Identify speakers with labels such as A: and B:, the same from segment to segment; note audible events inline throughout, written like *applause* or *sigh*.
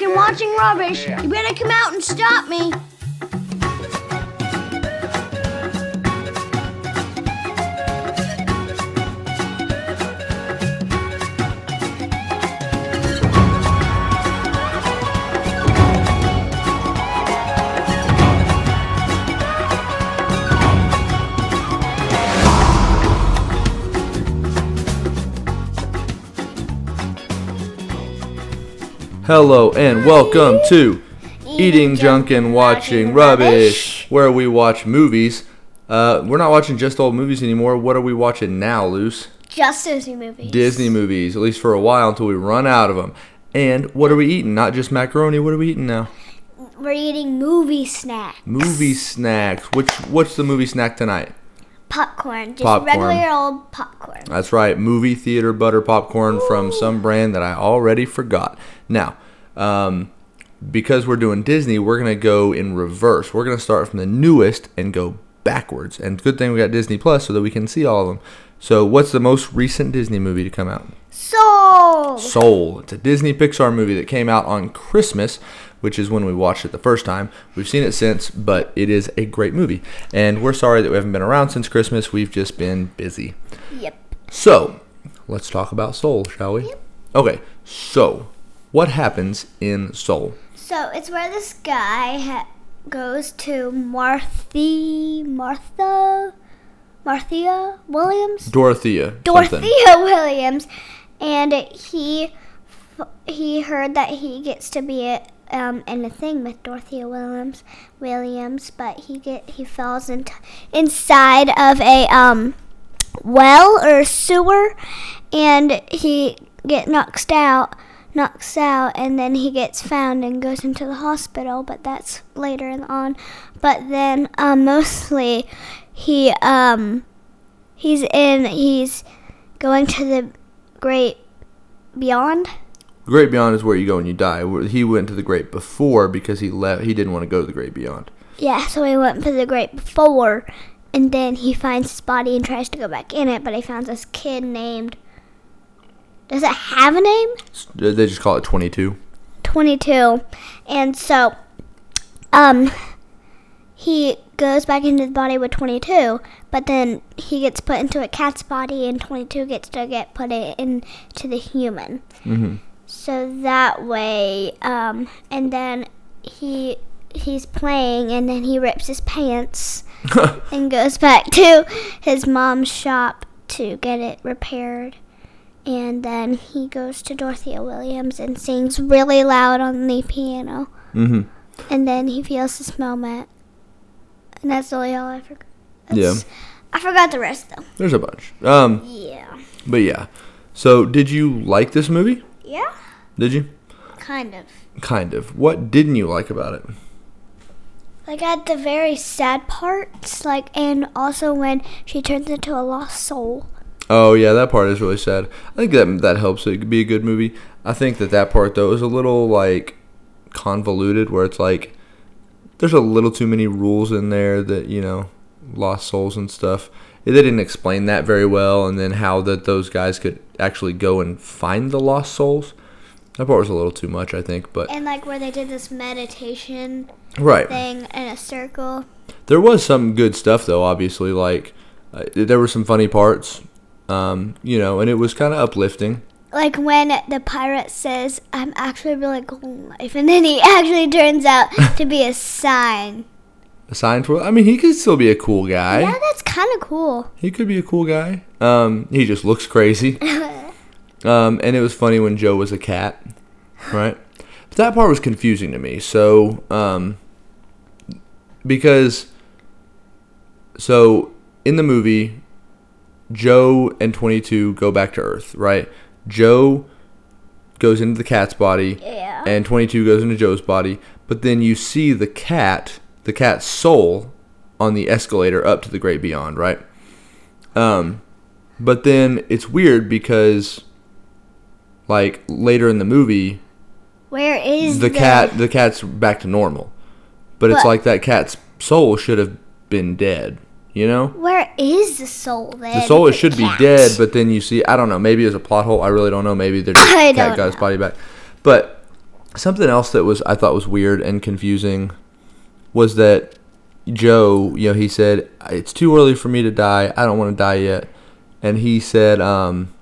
A: and watching rubbish. You better come out and stop me.
B: Hello and welcome to Eating Junk and Watching Rubbish, where we watch movies. Uh, we're not watching just old movies anymore. What are we watching now, Luce?
A: Just Disney movies.
B: Disney movies, at least for a while until we run out of them. And what are we eating? Not just macaroni. What are we eating now?
A: We're eating movie snack.
B: Movie snacks. Which what's the movie snack tonight?
A: Popcorn. Just
B: Popcorn.
A: regular old popcorn.
B: That's right, movie theater butter popcorn from some brand that I already forgot. Now, um, because we're doing Disney, we're gonna go in reverse. We're gonna start from the newest and go backwards. And good thing we got Disney Plus so that we can see all of them. So, what's the most recent Disney movie to come out?
A: So,
B: Soul. It's a Disney Pixar movie that came out on Christmas, which is when we watched it the first time. We've seen it since, but it is a great movie. And we're sorry that we haven't been around since Christmas. We've just been busy.
A: yep.
B: So, let's talk about Soul, shall we? Okay, so what happens in Soul?
A: So it's where this guy ha- goes to Marthy, Martha, Marthea Williams,
B: Dorothea.
A: Dorothea *laughs*
B: something.
A: Williams, and he f- he heard that he gets to be a, um, in a thing with Dorothea Williams, Williams, but he get he falls in inside of a um well or sewer, and he get knocked out, knocks out, and then he gets found and goes into the hospital. But that's later on. But then um, mostly he um he's in he's going to the great beyond.
B: Great Beyond is where you go when you die. Where- He went to the Great Before because he left. He didn't want to go to the Great Beyond.
A: Yeah, so he went for the great before, and then he finds his body and tries to go back in it, but he found this kid named. Does it have a name?
B: S- They just call it 22. *laughs*
A: 22 and so um he goes back into the body with 22 but then he gets put into a cat's body and 22 gets to get put i- into the human
B: Mhm.
A: so that way um and then he he's playing and then he rips his pants
B: Mm-hmm.
A: and goes back *laughs* to his mom's shop to get it repaired. And then he goes to Dorothea Williams and sings really loud on the piano.
B: hmm
A: And then he feels this moment. And that's really all I forgot.
B: Yeah,
A: I forgot the rest though.
B: there's a bunch. Um,
A: Yeah.
B: but yeah. So, did you like this movie?
A: Yeah?
B: Did you?
A: Kind of.
B: Kind of. What didn't you like about it?
A: Like at the very sad parts, like, and also when she turns into a lost soul.
B: Oh yeah, that part is really sad. I think that that helps it could be a good movie. I think that that part though is a little like convoluted, where it's like there's a little too many rules in there that you know lost souls and stuff. They didn't explain that very well, and then how that those guys could actually go and find the lost souls. That part was a little too much, I think. But
A: And like where they did this meditation
B: right,
A: thing in a circle.
B: There was some good stuff though. Obviously, like uh, there were some funny parts, um, you know, and it was kind of uplifting.
A: like when the pirate says, "I'm actually really cool in life," and then he *laughs* actually turns
B: *laughs*
A: out to be a sign.
B: A sign for. I mean, he could still be a cool guy.
A: Yeah, that's kind of cool.
B: He could be a cool guy. Um, he just looks crazy. um, and it was funny when Joe was a cat, right? But that part was confusing to me. So, um, because, so in the movie, Joe and 22 go back to Earth, right? Joe goes into the cat's body
A: Yeah.
B: and 22 goes into Joe's body, but then you see the cat, the cat's soul on the escalator up to the great beyond, right? Um but then it's weird because like later in the movie,
A: Where is
B: the cat the cat's back to normal. But it's
A: But-
B: like that cat's soul should have been dead, you know?
A: Where is the soul then?
B: The soul it
A: if
B: should be
A: cat?
B: dead, but *laughs* then you see I don't know, maybe it's a plot hole. I really don't know. Maybe they're just
A: I
B: cat
A: don't
B: got his
A: know.
B: body back. But something else that was I thought was weird and confusing was that Joe, you know, he said it's too early for me to die. I don't want to die yet, and he said, um,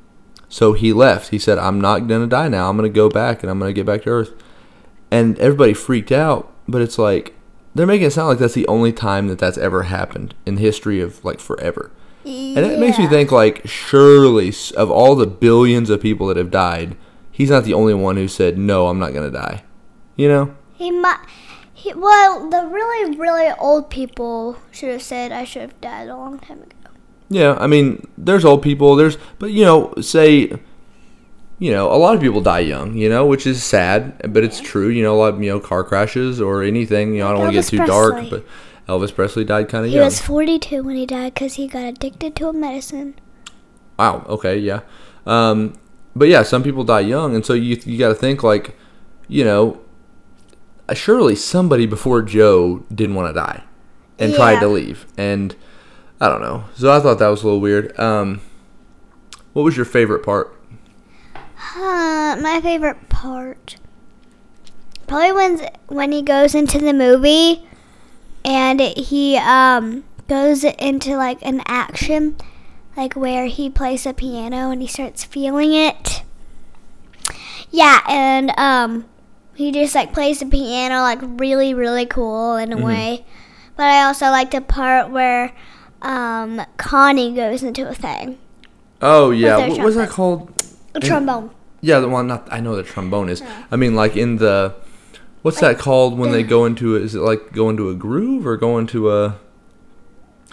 B: so he left. He said, I'm not gonna die now. I'm gonna go back and I'm gonna get back to Earth, and everybody freaked out. But it's like they're making it sound like that's the only time that that's ever happened in the history of like forever. And it makes me
A: Yeah.
B: think like surely s- of all the billions of people that have died, he's not the only one who said no, I'm not going to die. You know?
A: He might. He, well, the really, really old people should have said I should have died a long time ago.
B: Yeah, I mean, there's old people, there's but you know, say you know, a lot of people die young, you know, which is sad, but it's true, you know, a lot of you know car crashes or anything, you know, I don't want to get
A: Elvis
B: too dark,
A: Presley.
B: but Elvis Presley died kind of
A: He
B: young.
A: was 42 when he died because he got addicted to a medicine.
B: Wow. Okay. Yeah. Um, but yeah, some people die young, and so you you got to think like, you know, uh, surely somebody before Joe didn't want to die, and tried
A: Yeah.
B: to leave, and I don't know. So I thought that was a little weird. Um, what was your favorite part?
A: Huh, Uh, my favorite part. Probably when when he goes into the movie, and he um goes into like an action, like where he plays the piano and he starts feeling it. Yeah, and um, he just like plays the piano like really really cool
B: Mm-hmm.
A: in a way. But I also like the part where um Connie goes into a thing,
B: Oh yeah,
A: their
B: what was that
A: trumpet.
B: called?
A: a
B: Mm.
A: trombone.
B: Yeah, the one. Not I know the trombone is. I mean, like in the what's that called when they go into? a- Is it like go into a groove or go into a?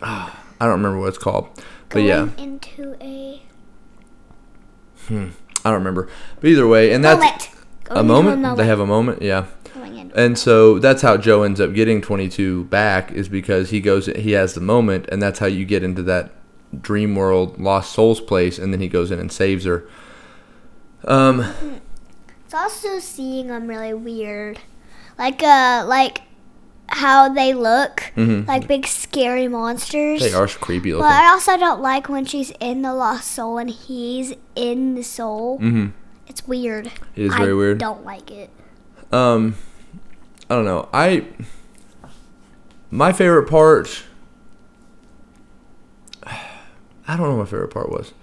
B: ah, I don't remember what it's called, but yeah.
A: Going into a
B: I don't remember. But either way, and that's
A: moment. Going
B: a
A: into
B: moment. They have a moment, yeah.
A: Going into-
B: And so that's how Joe ends up getting 22 back is because he goes he has the moment and that's how you get into that dream world lost souls place and then he goes in and saves her. Um
A: It's also seeing them really weird, like uh, like how they look, like big scary monsters.
B: Mm-hmm. they are creepy
A: But
B: looking.
A: I also don't like when she's in the lost soul and he's in the soul.
B: Mhm.
A: It's weird.
B: It is very
A: I
B: weird.
A: Don't like it. *laughs*
B: Um I don't know. I my favorite part *sighs* I don't know what my favorite part was.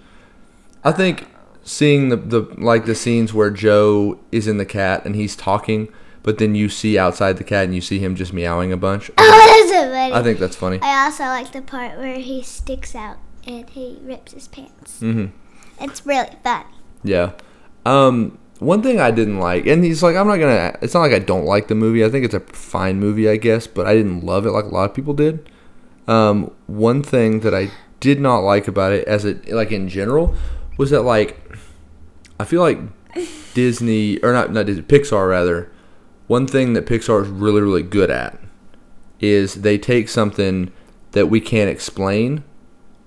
B: I think seeing the, the like the scenes where Joe is in the cat and he's talking, but then you see outside the cat and you see him just meowing a bunch.
A: That's a video.
B: I think that's funny.
A: I also like the part where he sticks out and he rips his pants.
B: hmm
A: It's really funny.
B: Yeah. Um, one thing I didn't like, and he's like, I'm not gonna. It's not like I don't like the movie. I think it's a fine movie, I guess, but I didn't love it like a lot of people did. Um, one thing that I did not like about it, as it like in general, was that like, I
A: *laughs*
B: feel like Disney or not not Disney Pixar rather. One thing that Pixar is really really good at is they take something that we can't explain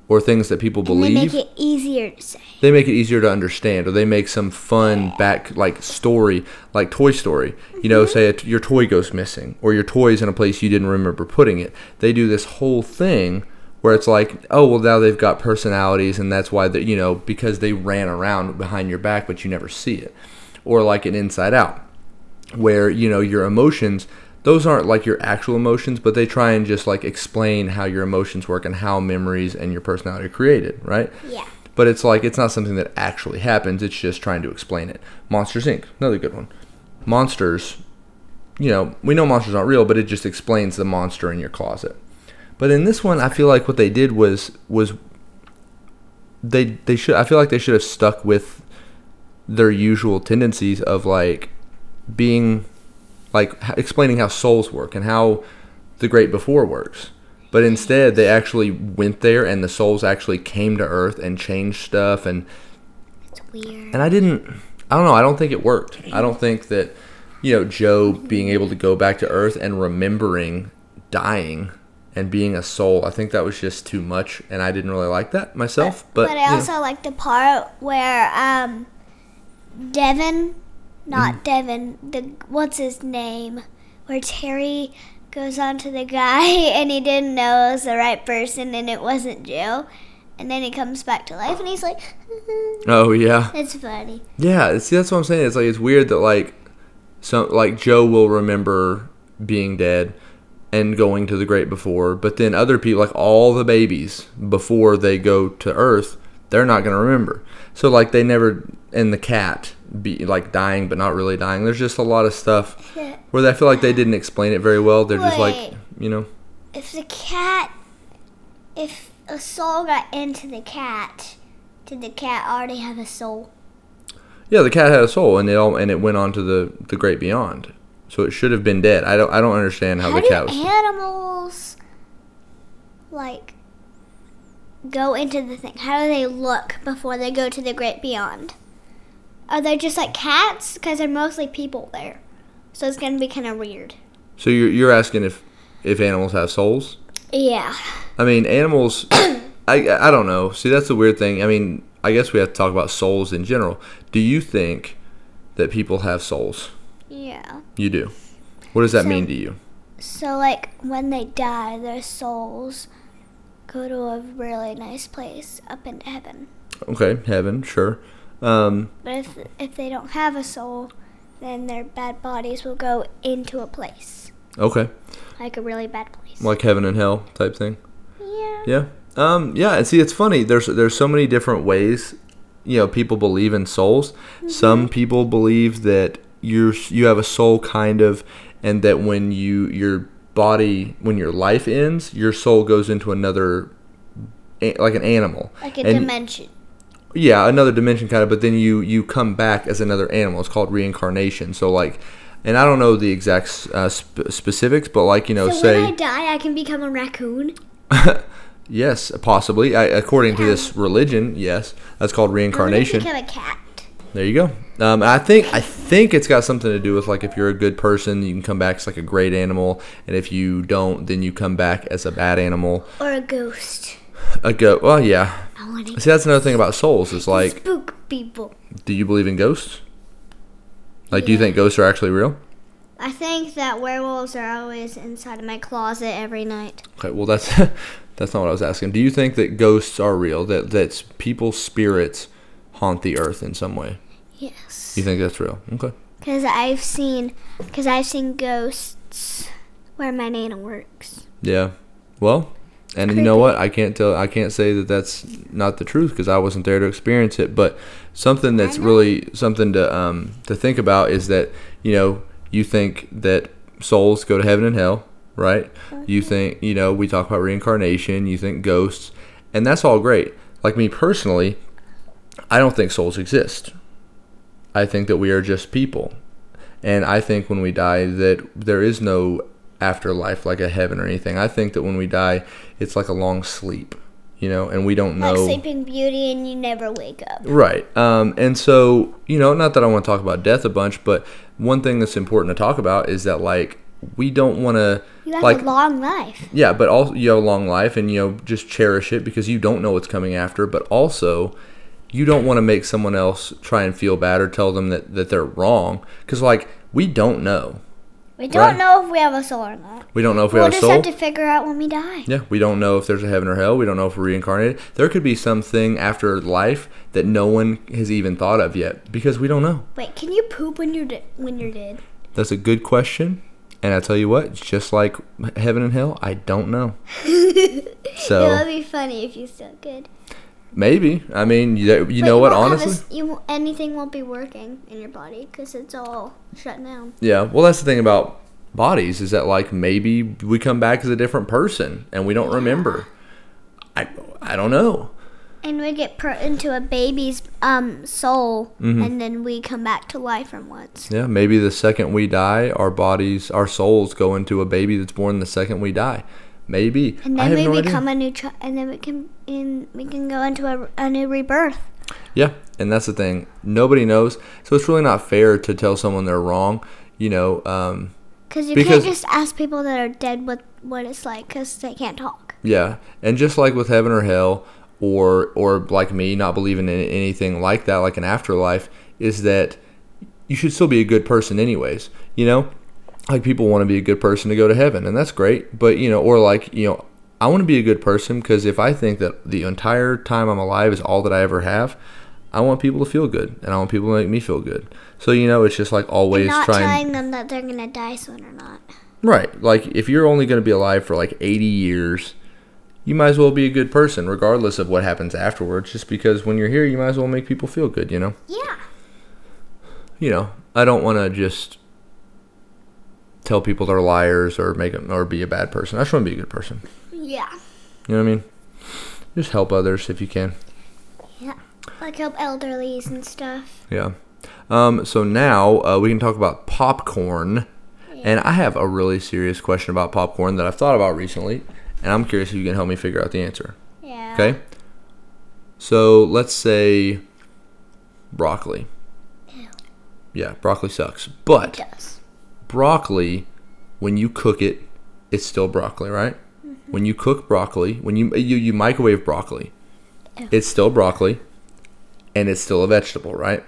B: or things that people
A: And they
B: believe
A: make it easier to say.
B: they make it easier to understand or they make some fun back like story like toy story you know say it, your toy goes missing or your toy's in a place you didn't remember putting it they do this whole thing where it's like oh well now they've got personalities and that's why they you know because they ran around behind your back but you never see it or like an inside out where you know your emotions those aren't like your actual emotions but they try and just like explain how your emotions work and how memories and your personality are created right
A: Yeah.
B: but it's like it's not something that actually happens it's just trying to explain it monsters inc another good one monsters you know we know monsters aren't real but it just explains the monster in your closet but in this one i feel like what they did was was they they should i feel like they should have stuck with their usual tendencies of like being like h- explaining how souls work and how the great before works but instead they actually went there and the souls actually came to earth and changed stuff and
A: It's weird.
B: and i didn't i don't know i don't think it worked i don't think that you know joe being able to go back to earth and remembering dying and being a soul i think that was just too much and i didn't really like that myself but,
A: But
B: you
A: I
B: know.
A: also like the part where um, Devin, not
B: Mm-hmm.
A: Devin, the what's his name, where Terry goes on to the guy *laughs* and he didn't know it was the right person and it wasn't Joe, and then he comes back to life and he's like, *laughs*
B: oh yeah
A: it's funny.
B: Yeah, see, that's what I'm saying. It's like it's weird that like So like Joe will remember being dead and going to the great before, but then other people like all the babies before they go to Earth, they're not gonna remember. So like they never and the cat be like dying but not really dying. There's just a lot of stuff where I feel like they didn't explain it very well. They're just like
A: Wait.
B: you know.
A: If the cat, if a soul got into the cat, did the cat already have a soul?
B: Yeah, the cat had a soul, and it all and it went on to the the great beyond. So it should have been dead. I don't I don't understand how,
A: How
B: the
A: do
B: cat was.
A: animals like go into the thing? How do they look before they go to the great beyond? Are they just like cats? Because they're mostly people there, so it's gonna be kind of weird.
B: so you're you're asking if if animals have souls?
A: Yeah.
B: I mean, animals. *coughs* I I don't know. See, that's the weird thing. I mean, I guess we have to talk about souls in general. Do you think that people have souls?
A: Yeah.
B: You do. What does that
A: So-
B: mean to you?
A: So like when they die, their souls go to a really nice place up in heaven.
B: Okay, heaven, sure. Um,
A: But if if they don't have a soul, then their bad bodies will go into a place,
B: okay,
A: like a really bad place.
B: like heaven and hell type thing.
A: Yeah.
B: Yeah. Um, yeah, and see, it's funny. There's there's so many different ways, you know, people believe in souls.
A: Mm-hmm.
B: Some people believe that you're you have a soul kind of, and that when you your body when your life ends, your soul goes into another, a- like an animal.
A: Like a
B: And-
A: dimension.
B: yeah another dimension kind of but then you you come back as another animal it's called reincarnation so like and i don't know the exact uh, sp- specifics but like you know
A: So when I
B: say
A: die, I can become a raccoon.
B: *laughs* yes possibly I, according to this religion yes that's called reincarnation
A: I'm gonna become a cat.
B: there you go um, i think i think it's got something to do with like if you're a good person you can come back as like a great animal and if you don't then you come back as a bad animal
A: Or a ghost.
B: a go well yeah
A: I want to
B: see that's another thing about souls is like
A: spook people.
B: do you believe in ghosts like do you
A: Yeah.
B: think ghosts are actually real
A: I think that werewolves are always inside of my closet every night.
B: Okay, well that's *laughs* that's not what I was asking. Do you think that ghosts are real? That that's people's spirits haunt the earth in some way?
A: Yes.
B: You think that's real? Okay.
A: Cause I've seen, cause I've seen ghosts where my nana works.
B: Yeah. Well, and you know what? I can't tell. I can't say that that's not the truth because I wasn't there to experience it. But something that's really something to um, to think about is that you know you think that souls go to heaven and hell, right? You think you know we talk about reincarnation. You think ghosts, and that's all great. Like me personally, I don't think souls exist. I think that we are just people. And I think when we die that there is no afterlife like a heaven or anything. I think that when we die, it's like a long sleep, you know, and we don't
A: Like
B: know.
A: Sleeping Beauty, and you never wake up.
B: Right. Um, and so, you know, not that I want to talk about death a bunch, but one thing that's important to talk about is that, like, we don't want to,
A: You have
B: like,
A: a long life.
B: yeah, but also you have a long life and, you know, just cherish it because you don't know what's coming after, but also you don't want to make someone else try and feel bad or tell them that, that they're wrong because, like, we don't know.
A: We don't
B: Right.
A: know if we have a soul or not.
B: We don't know if we
A: We'll
B: have a
A: just
B: soul.
A: have to figure out when we die.
B: Yeah, we don't know if there's a heaven or hell. We don't know if we're reincarnated. There could be something after life that no one has even thought of yet because we don't know.
A: Wait, can you poop when you're de- when you're dead?
B: That's a good question. And I tell you what, it's just like heaven and hell, I don't
A: *laughs*
B: know.
A: It would
B: So
A: be funny if you still could.
B: maybe. I mean, you, you
A: But
B: know what?
A: won't have a
B: Honestly,
A: s- you won't- anything won't be working in your body because it's all shut down.
B: yeah. Well, that's the thing about bodies is that like maybe we come back as a different person and we don't remember. I I don't know.
A: And we get put into a baby's um soul,
B: Mm-hmm.
A: and then we come back to life from once.
B: Yeah, maybe the second we die, our bodies, our souls go into a baby that's born the second we die. Maybe.
A: And
B: I
A: then
B: have
A: we
B: no idea.
A: become a new child, and then we can in, we can go into a, a new rebirth.
B: Yeah, and that's the thing. Nobody knows, so it's really not fair to tell someone they're wrong. You know, um,
A: Cause you
B: Because-
A: can't just ask people that are dead what what it's like, cause they can't talk.
B: Yeah, and just like with heaven or hell, or or like me not believing in anything like that, like an afterlife, is that you should still be a good person, anyways. You know, like people want to be a good person to go to heaven, and that's great. But you know, or like you know, I want to be a good person because if I think that the entire time I'm alive is all that I ever have, I want people to feel good, and I want people to make me feel good. So you know, it's just like always
A: and not
B: trying.
A: telling them that they're gonna die soon or not.
B: Right. Like if you're only going to be alive for like 80 years, you might as well be a good person regardless of what happens afterwards just because when you're here you might as well make people feel good, you know.
A: Yeah.
B: You know, I don't want to just tell people they're liars or make them or be a bad person. I just want to be a good person.
A: Yeah.
B: You know what I mean? Just help others if you can.
A: Yeah. Like help elderlies and stuff.
B: Yeah. Um, so now uh, we can talk about popcorn. And I have a really serious question about popcorn that I've thought about recently, and I'm curious if you can help me figure out the answer.
A: Yeah.
B: Okay. So let's say broccoli.
A: Ew.
B: Yeah, broccoli sucks. But
A: Does.
B: broccoli, when you cook it, it's still broccoli, right?
A: Mm-hmm.
B: When you cook broccoli, when you you, you microwave broccoli,
A: Ew.
B: it's still broccoli, and it's still a vegetable, right?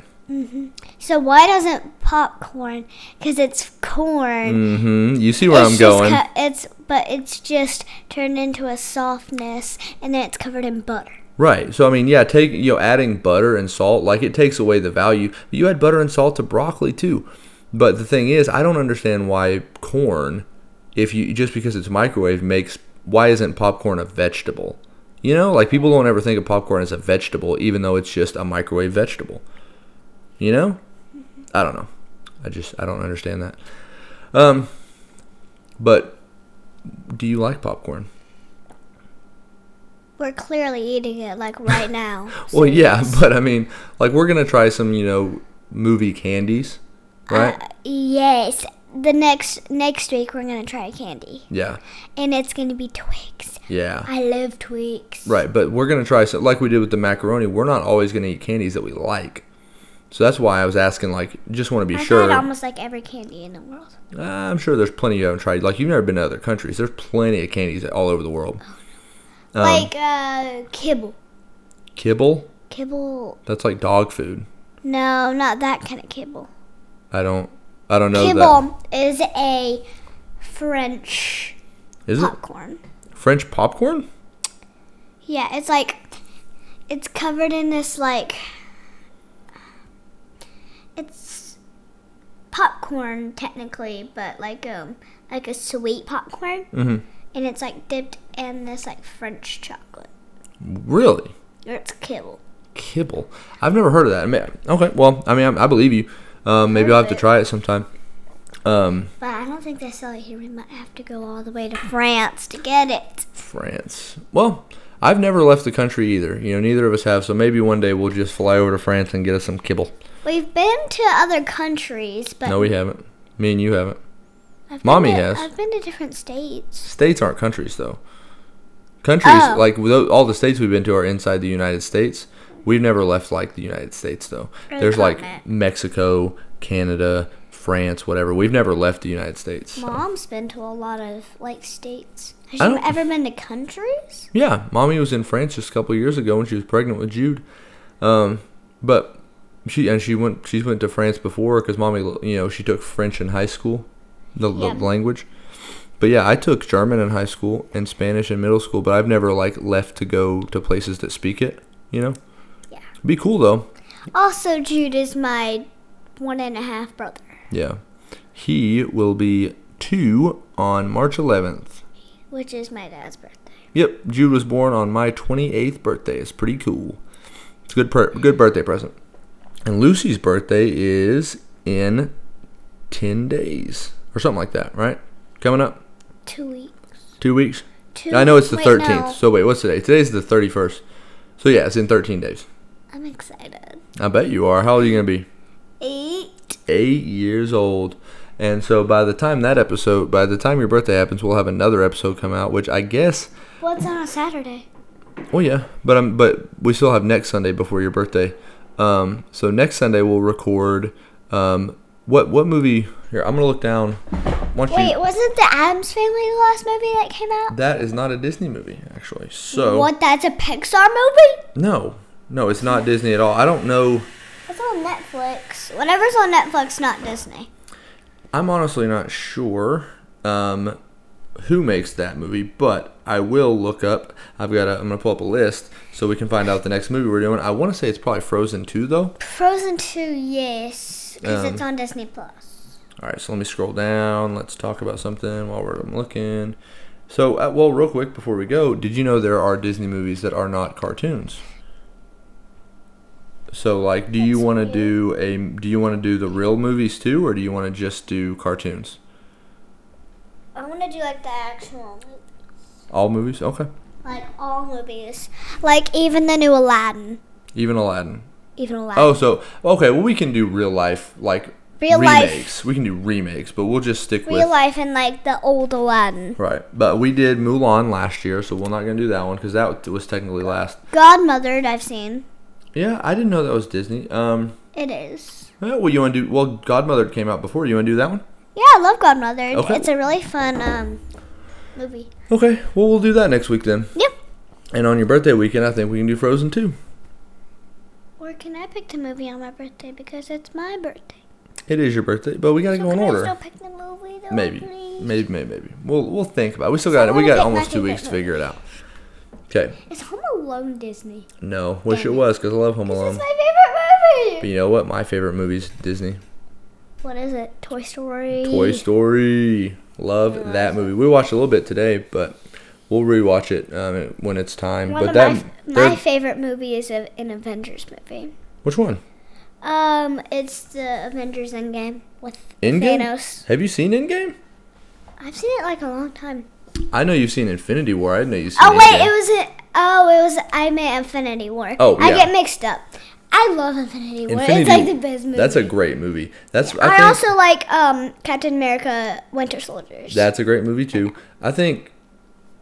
A: So why doesn't popcorn? Because it's corn.
B: Mm-hmm. You see where
A: it's
B: I'm
A: just
B: going.
A: co- it's but it's just turned into a softness, and then it's covered in butter.
B: Right. So I mean, yeah, take you know, adding butter and salt, like it takes away the value. But you add butter and salt to broccoli too. But the thing is, I don't understand why corn, if you just because it's microwave, makes why isn't popcorn a vegetable? You know, like people don't ever think of popcorn as a vegetable, even though it's just a microwave vegetable. You know, I don't know. I just I don't understand that. Um, but do you like popcorn?
A: We're clearly eating it like
B: *laughs*
A: right now. so
B: Well, yeah,
A: yes.
B: but I mean, like we're gonna try some, you know, movie candies, right?
A: Uh, yes. The next next week we're gonna try candy,
B: yeah,
A: and it's gonna be Twix.
B: yeah,
A: I love Twix.
B: right. But we're gonna try some, like we did with the macaroni. We're not always gonna eat candies that we like, so that's why I was asking. Like, just want to be
A: I
B: sure.
A: tried almost like every candy in the world.
B: Uh, I'm sure there's plenty you haven't tried. Like you've never been to other countries. There's plenty of candies all over the world. Um,
A: like uh, kibble.
B: kibble.
A: Kibble.
B: That's like dog food.
A: No, not that kind of kibble.
B: I don't. I don't know that.
A: Kibble is a French
B: Is it
A: popcorn.
B: French popcorn?
A: Yeah, it's like it's covered in this like it's popcorn technically, but like um like a sweet popcorn,
B: hmm
A: and it's like dipped in this like French chocolate.
B: Really?
A: Or it's kibble.
B: kibble. I've never heard of that. I mean, okay, well, I mean, I, I believe you. Um, maybe I'll have to try it sometime. Um,
A: But I don't think they sell it here. We might have to go all the way to France to get it.
B: France. Well, I've never left the country either. You know, neither of us have. So maybe one day we'll just fly over to France and get us some kibble.
A: We've been to other countries, but
B: No, we haven't. Me and you haven't.
A: I've been
B: Mommy
A: to-
B: has.
A: I've been to different states.
B: States aren't countries, though. Countries
A: Oh.
B: like tho- all the states we've been to are inside the United States. We've never left like the United States though.
A: Or the
B: There's like
A: continent.
B: Mexico, Canada, France, whatever. We've never left the United States. so-
A: Mom's been to a lot of like states. Has
B: I
A: she
B: don't-
A: ever been to countries?
B: Yeah, mommy was in France just a couple of years ago when she was pregnant with Jude. Um, but she and she went she's went to France before because mommy you know she took French in high school, the, the
A: Yeah.
B: language. But yeah, I took German in high school and Spanish in middle school, but I've never like left to go to places that speak it. You know,
A: Yeah.
B: be cool though.
A: Also, Jude is my one and a half brother.
B: Yeah, he will be two on March 11th.
A: Which is my dad's birthday.
B: Yep, Jude was born on my 28th birthday. It's pretty cool. It's a good per- good birthday present. And Lucy's birthday is in 10 days or something like that, right? Coming up
A: Two weeks.
B: 2 weeks.
A: Two
B: I know it's the
A: wait,
B: 13th.
A: no.
B: So wait, what's today? Today's the 31st. So yeah, it's in 13 days.
A: I'm excited.
B: I bet you are. How old are you going to be?
A: Eight.
B: 8 years old. And so by the time that episode, by the time your birthday happens, we'll have another episode come out, which I guess
A: What's on a Saturday?
B: Well, yeah, but um, but we still have next Sunday before your birthday. Um, so next Sunday we'll record. Um, what what movie? Here, I'm gonna look down. Why don't you-
A: Wait, wasn't the Adams Family the last movie that came out?
B: that is not a Disney movie, actually. So
A: What? That's a Pixar movie?
B: no, no, it's not Disney at all. I don't know.
A: It's on Netflix. Whatever's on Netflix, not Disney.
B: I'm honestly not sure. Um, who makes that movie, but I will look up. I've got. A, I'm gonna pull up a list so we can find out the next movie we're doing. I want to say it's probably Frozen Two though.
A: Frozen 2, yes, because
B: Um,
A: it's on Disney Plus.
B: All right, so let me scroll down. Let's talk about something while we're I'm looking. So, uh, well, real quick before we go, did you know there are Disney movies that are not cartoons? So, like, do you
A: That's
B: want to
A: weird.
B: do a do you want to do the real movies too, or do you want to just do cartoons?
A: I want to do like the actual,
B: All movies, okay.
A: like all movies, like even the new Aladdin,
B: Even Aladdin.
A: even Aladdin.
B: Oh, so okay. Well, we can do real life like
A: real life,
B: remakes. We can do remakes, but we'll just stick
A: real
B: with
A: life, and like the old Aladdin.
B: right. But we did Mulan last year, so we're not gonna do that one because that was technically last.
A: Godmothered, I've seen.
B: Yeah, I didn't know that was Disney. Um,
A: It is.
B: eh, well, you want to do? Well, Godmother came out before. You want to do that one?
A: Yeah, I love Godmothered.
B: Okay.
A: It's a really fun um movie.
B: Okay. Well, we'll do that next week then.
A: Yep.
B: And on your birthday weekend, I think we can do Frozen too.
A: Or can I pick the movie on my birthday because it's my birthday?
B: It is your birthday, but we gotta
A: So
B: go in
A: can I
B: order.
A: still pick the movie though?
B: Maybe,
A: please?
B: maybe, maybe, maybe. We'll we'll think about. It. We still
A: So
B: got
A: I
B: we
A: wanna
B: got
A: pick my
B: almost two
A: favorite
B: weeks to figure it out. Okay.
A: Is Home Alone Disney?
B: No, wish
A: Damn
B: it
A: it.
B: was because I love Home Alone.
A: This is my favorite
B: But
A: movie.
B: you know what? My favorite movie's Disney.
A: What is it? Toy Story.
B: Toy Story. Love that movie. We watched a little bit today, but we'll rewatch it um, when it's time.
A: One
B: but
A: of
B: that
A: my, f-
B: they're-
A: my favorite movie is a, an Avengers movie.
B: which one?
A: Um, it's the Avengers Endgame with
B: Endgame.
A: Thanos.
B: Have you seen Endgame?
A: I've seen it like a long time.
B: I know you've seen Infinity War. I know you've seen.
A: Oh wait,
B: Endgame.
A: it was a, oh it was I meant Infinity War.
B: Oh,
A: I
B: yeah.
A: get mixed up. I love Infinity War.
B: Infinity-
A: it's like the best movie.
B: That's a great movie. That's I
A: I,
B: think
A: also like um Captain America: Winter Soldiers.
B: that's a great movie too. I think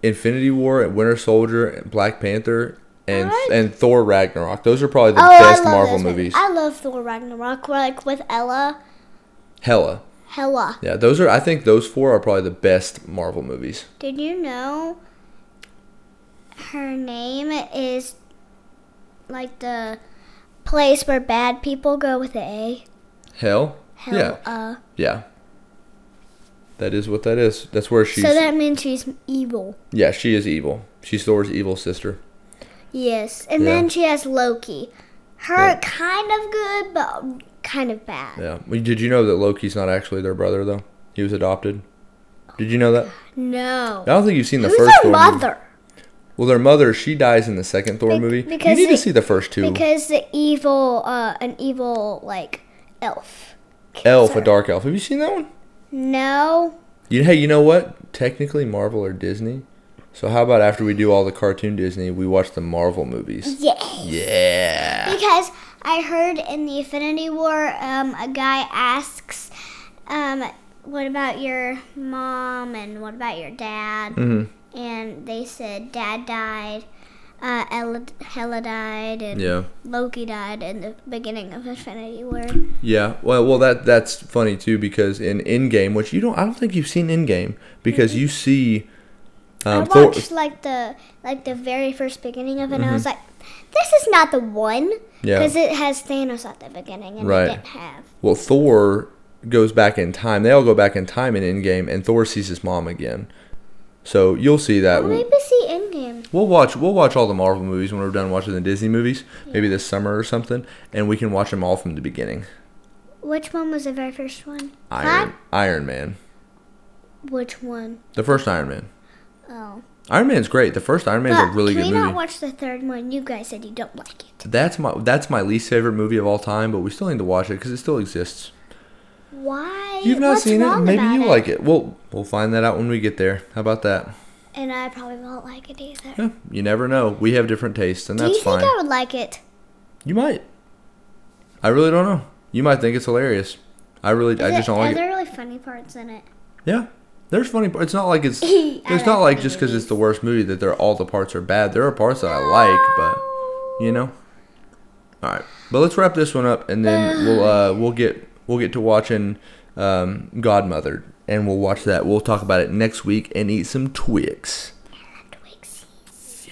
B: Infinity War, Winter Soldier, Black Panther, and
A: Alright.
B: and Thor Ragnarok. Those are probably the
A: oh,
B: best
A: I love
B: Marvel
A: those movies.
B: movies.
A: I love Thor Ragnarok. We're like with Ella,
B: Hella.
A: Hella.
B: Yeah, those are. I think those four are probably the best Marvel movies.
A: Did you know her name is like the place where bad people go with the A?
B: Hell.
A: Hella.
B: Yeah. That is what that is. That's where she's.
A: so that means she's evil.
B: yeah, she is evil. She's Thor's evil sister.
A: Yes, and
B: Yeah.
A: then she has Loki. Her
B: Yeah.
A: kind of good, but kind of bad.
B: Yeah. Well, Did you know that Loki's not actually their brother though? He was adopted. Did you know that?
A: No.
B: I don't think you've seen the
A: Who's
B: first
A: her
B: Thor Movie.
A: mother?
B: Well, their mother, she dies in the second Thor
A: Be-
B: movie. You
A: because
B: need
A: they-
B: to see the first two.
A: Because the evil, uh, an evil like elf. kills
B: Elf,
A: her.
B: a dark elf. Have you seen that one?
A: No.
B: You hey, you know what? Technically, Marvel or Disney. So how about after we do all the cartoon Disney, we watch the Marvel movies?
A: Yes.
B: Yeah.
A: Because I heard in the Infinity War, um, a guy asks, um, what about your mom and what about your dad?
B: Mhm.
A: And they said dad died, uh, Ella, Hela died, and
B: Yeah.
A: Loki died in the beginning of Infinity War.
B: Yeah, well, well, that that's funny too because in Endgame, which you don't, I don't think you've seen Endgame because you see um,
A: I
B: Thor.
A: watched like the like the very first beginning of it, and I was like, "This is not the one,"
B: Mm-hmm. Yeah.
A: because it has Thanos at the beginning, and
B: Right.
A: it didn't have.
B: Well, Thor goes back in time. They all go back in time in Endgame, and Thor sees his mom again. So you'll see that.
A: Or maybe see Endgame.
B: We'll watch we'll watch all the Marvel movies when we're done watching the Disney movies, maybe this summer or something, and we can watch them all from the beginning.
A: Which one was the very first one?
B: Iron Iron Man,
A: Huh? Which one?
B: the first Iron Man.
A: Oh,
B: Iron Man's great. The first Iron Man's a really
A: can
B: good
A: we
B: movie.
A: not watch the third one? You guys said you don't like it.
B: That's my that's my least favorite movie of all time, but we still need to watch it because it still exists.
A: Why?
B: You've not
A: What's
B: seen it.
A: wrong
B: Maybe
A: about
B: you like it. Well, we'll find that out when we get there. How about that?
A: And I probably won't like it either.
B: Yeah, you never know. We have different tastes, and
A: Do you
B: that's
A: think
B: fine.
A: I would like it?
B: You might. I really don't know. You might think it's hilarious. I really, I
A: Is
B: just
A: it-
B: don't
A: are
B: like it.
A: there really funny parts in it?
B: Yeah, there's funny. par- It's not
A: *laughs*
B: like it's.
A: I
B: It's not
A: like
B: like just because it's the worst movie that they're all the parts are bad. There are parts that I like, but you know. All right, but let's wrap this one up, and
A: *sighs*
B: then we'll uh, we'll get we'll get to watching um, Godmothered, and we'll watch that. We'll talk about it next week and eat some Twix.
A: Twixies.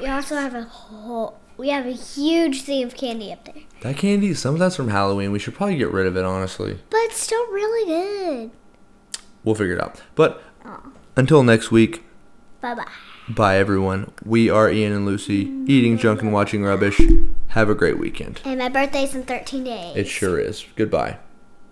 A: We also have a whole. We have a huge sea of candy up there,
B: That candy, some of that's from Halloween. We should probably get rid of it, honestly.
A: but it's still really good.
B: We'll figure it out. But
A: Aw.
B: Until next week,
A: Bye bye.
B: bye everyone. We are Ian and Lucy, eating junk and watching rubbish. Have a great weekend.
A: And my birthday's in 13 days.
B: It sure is. Goodbye.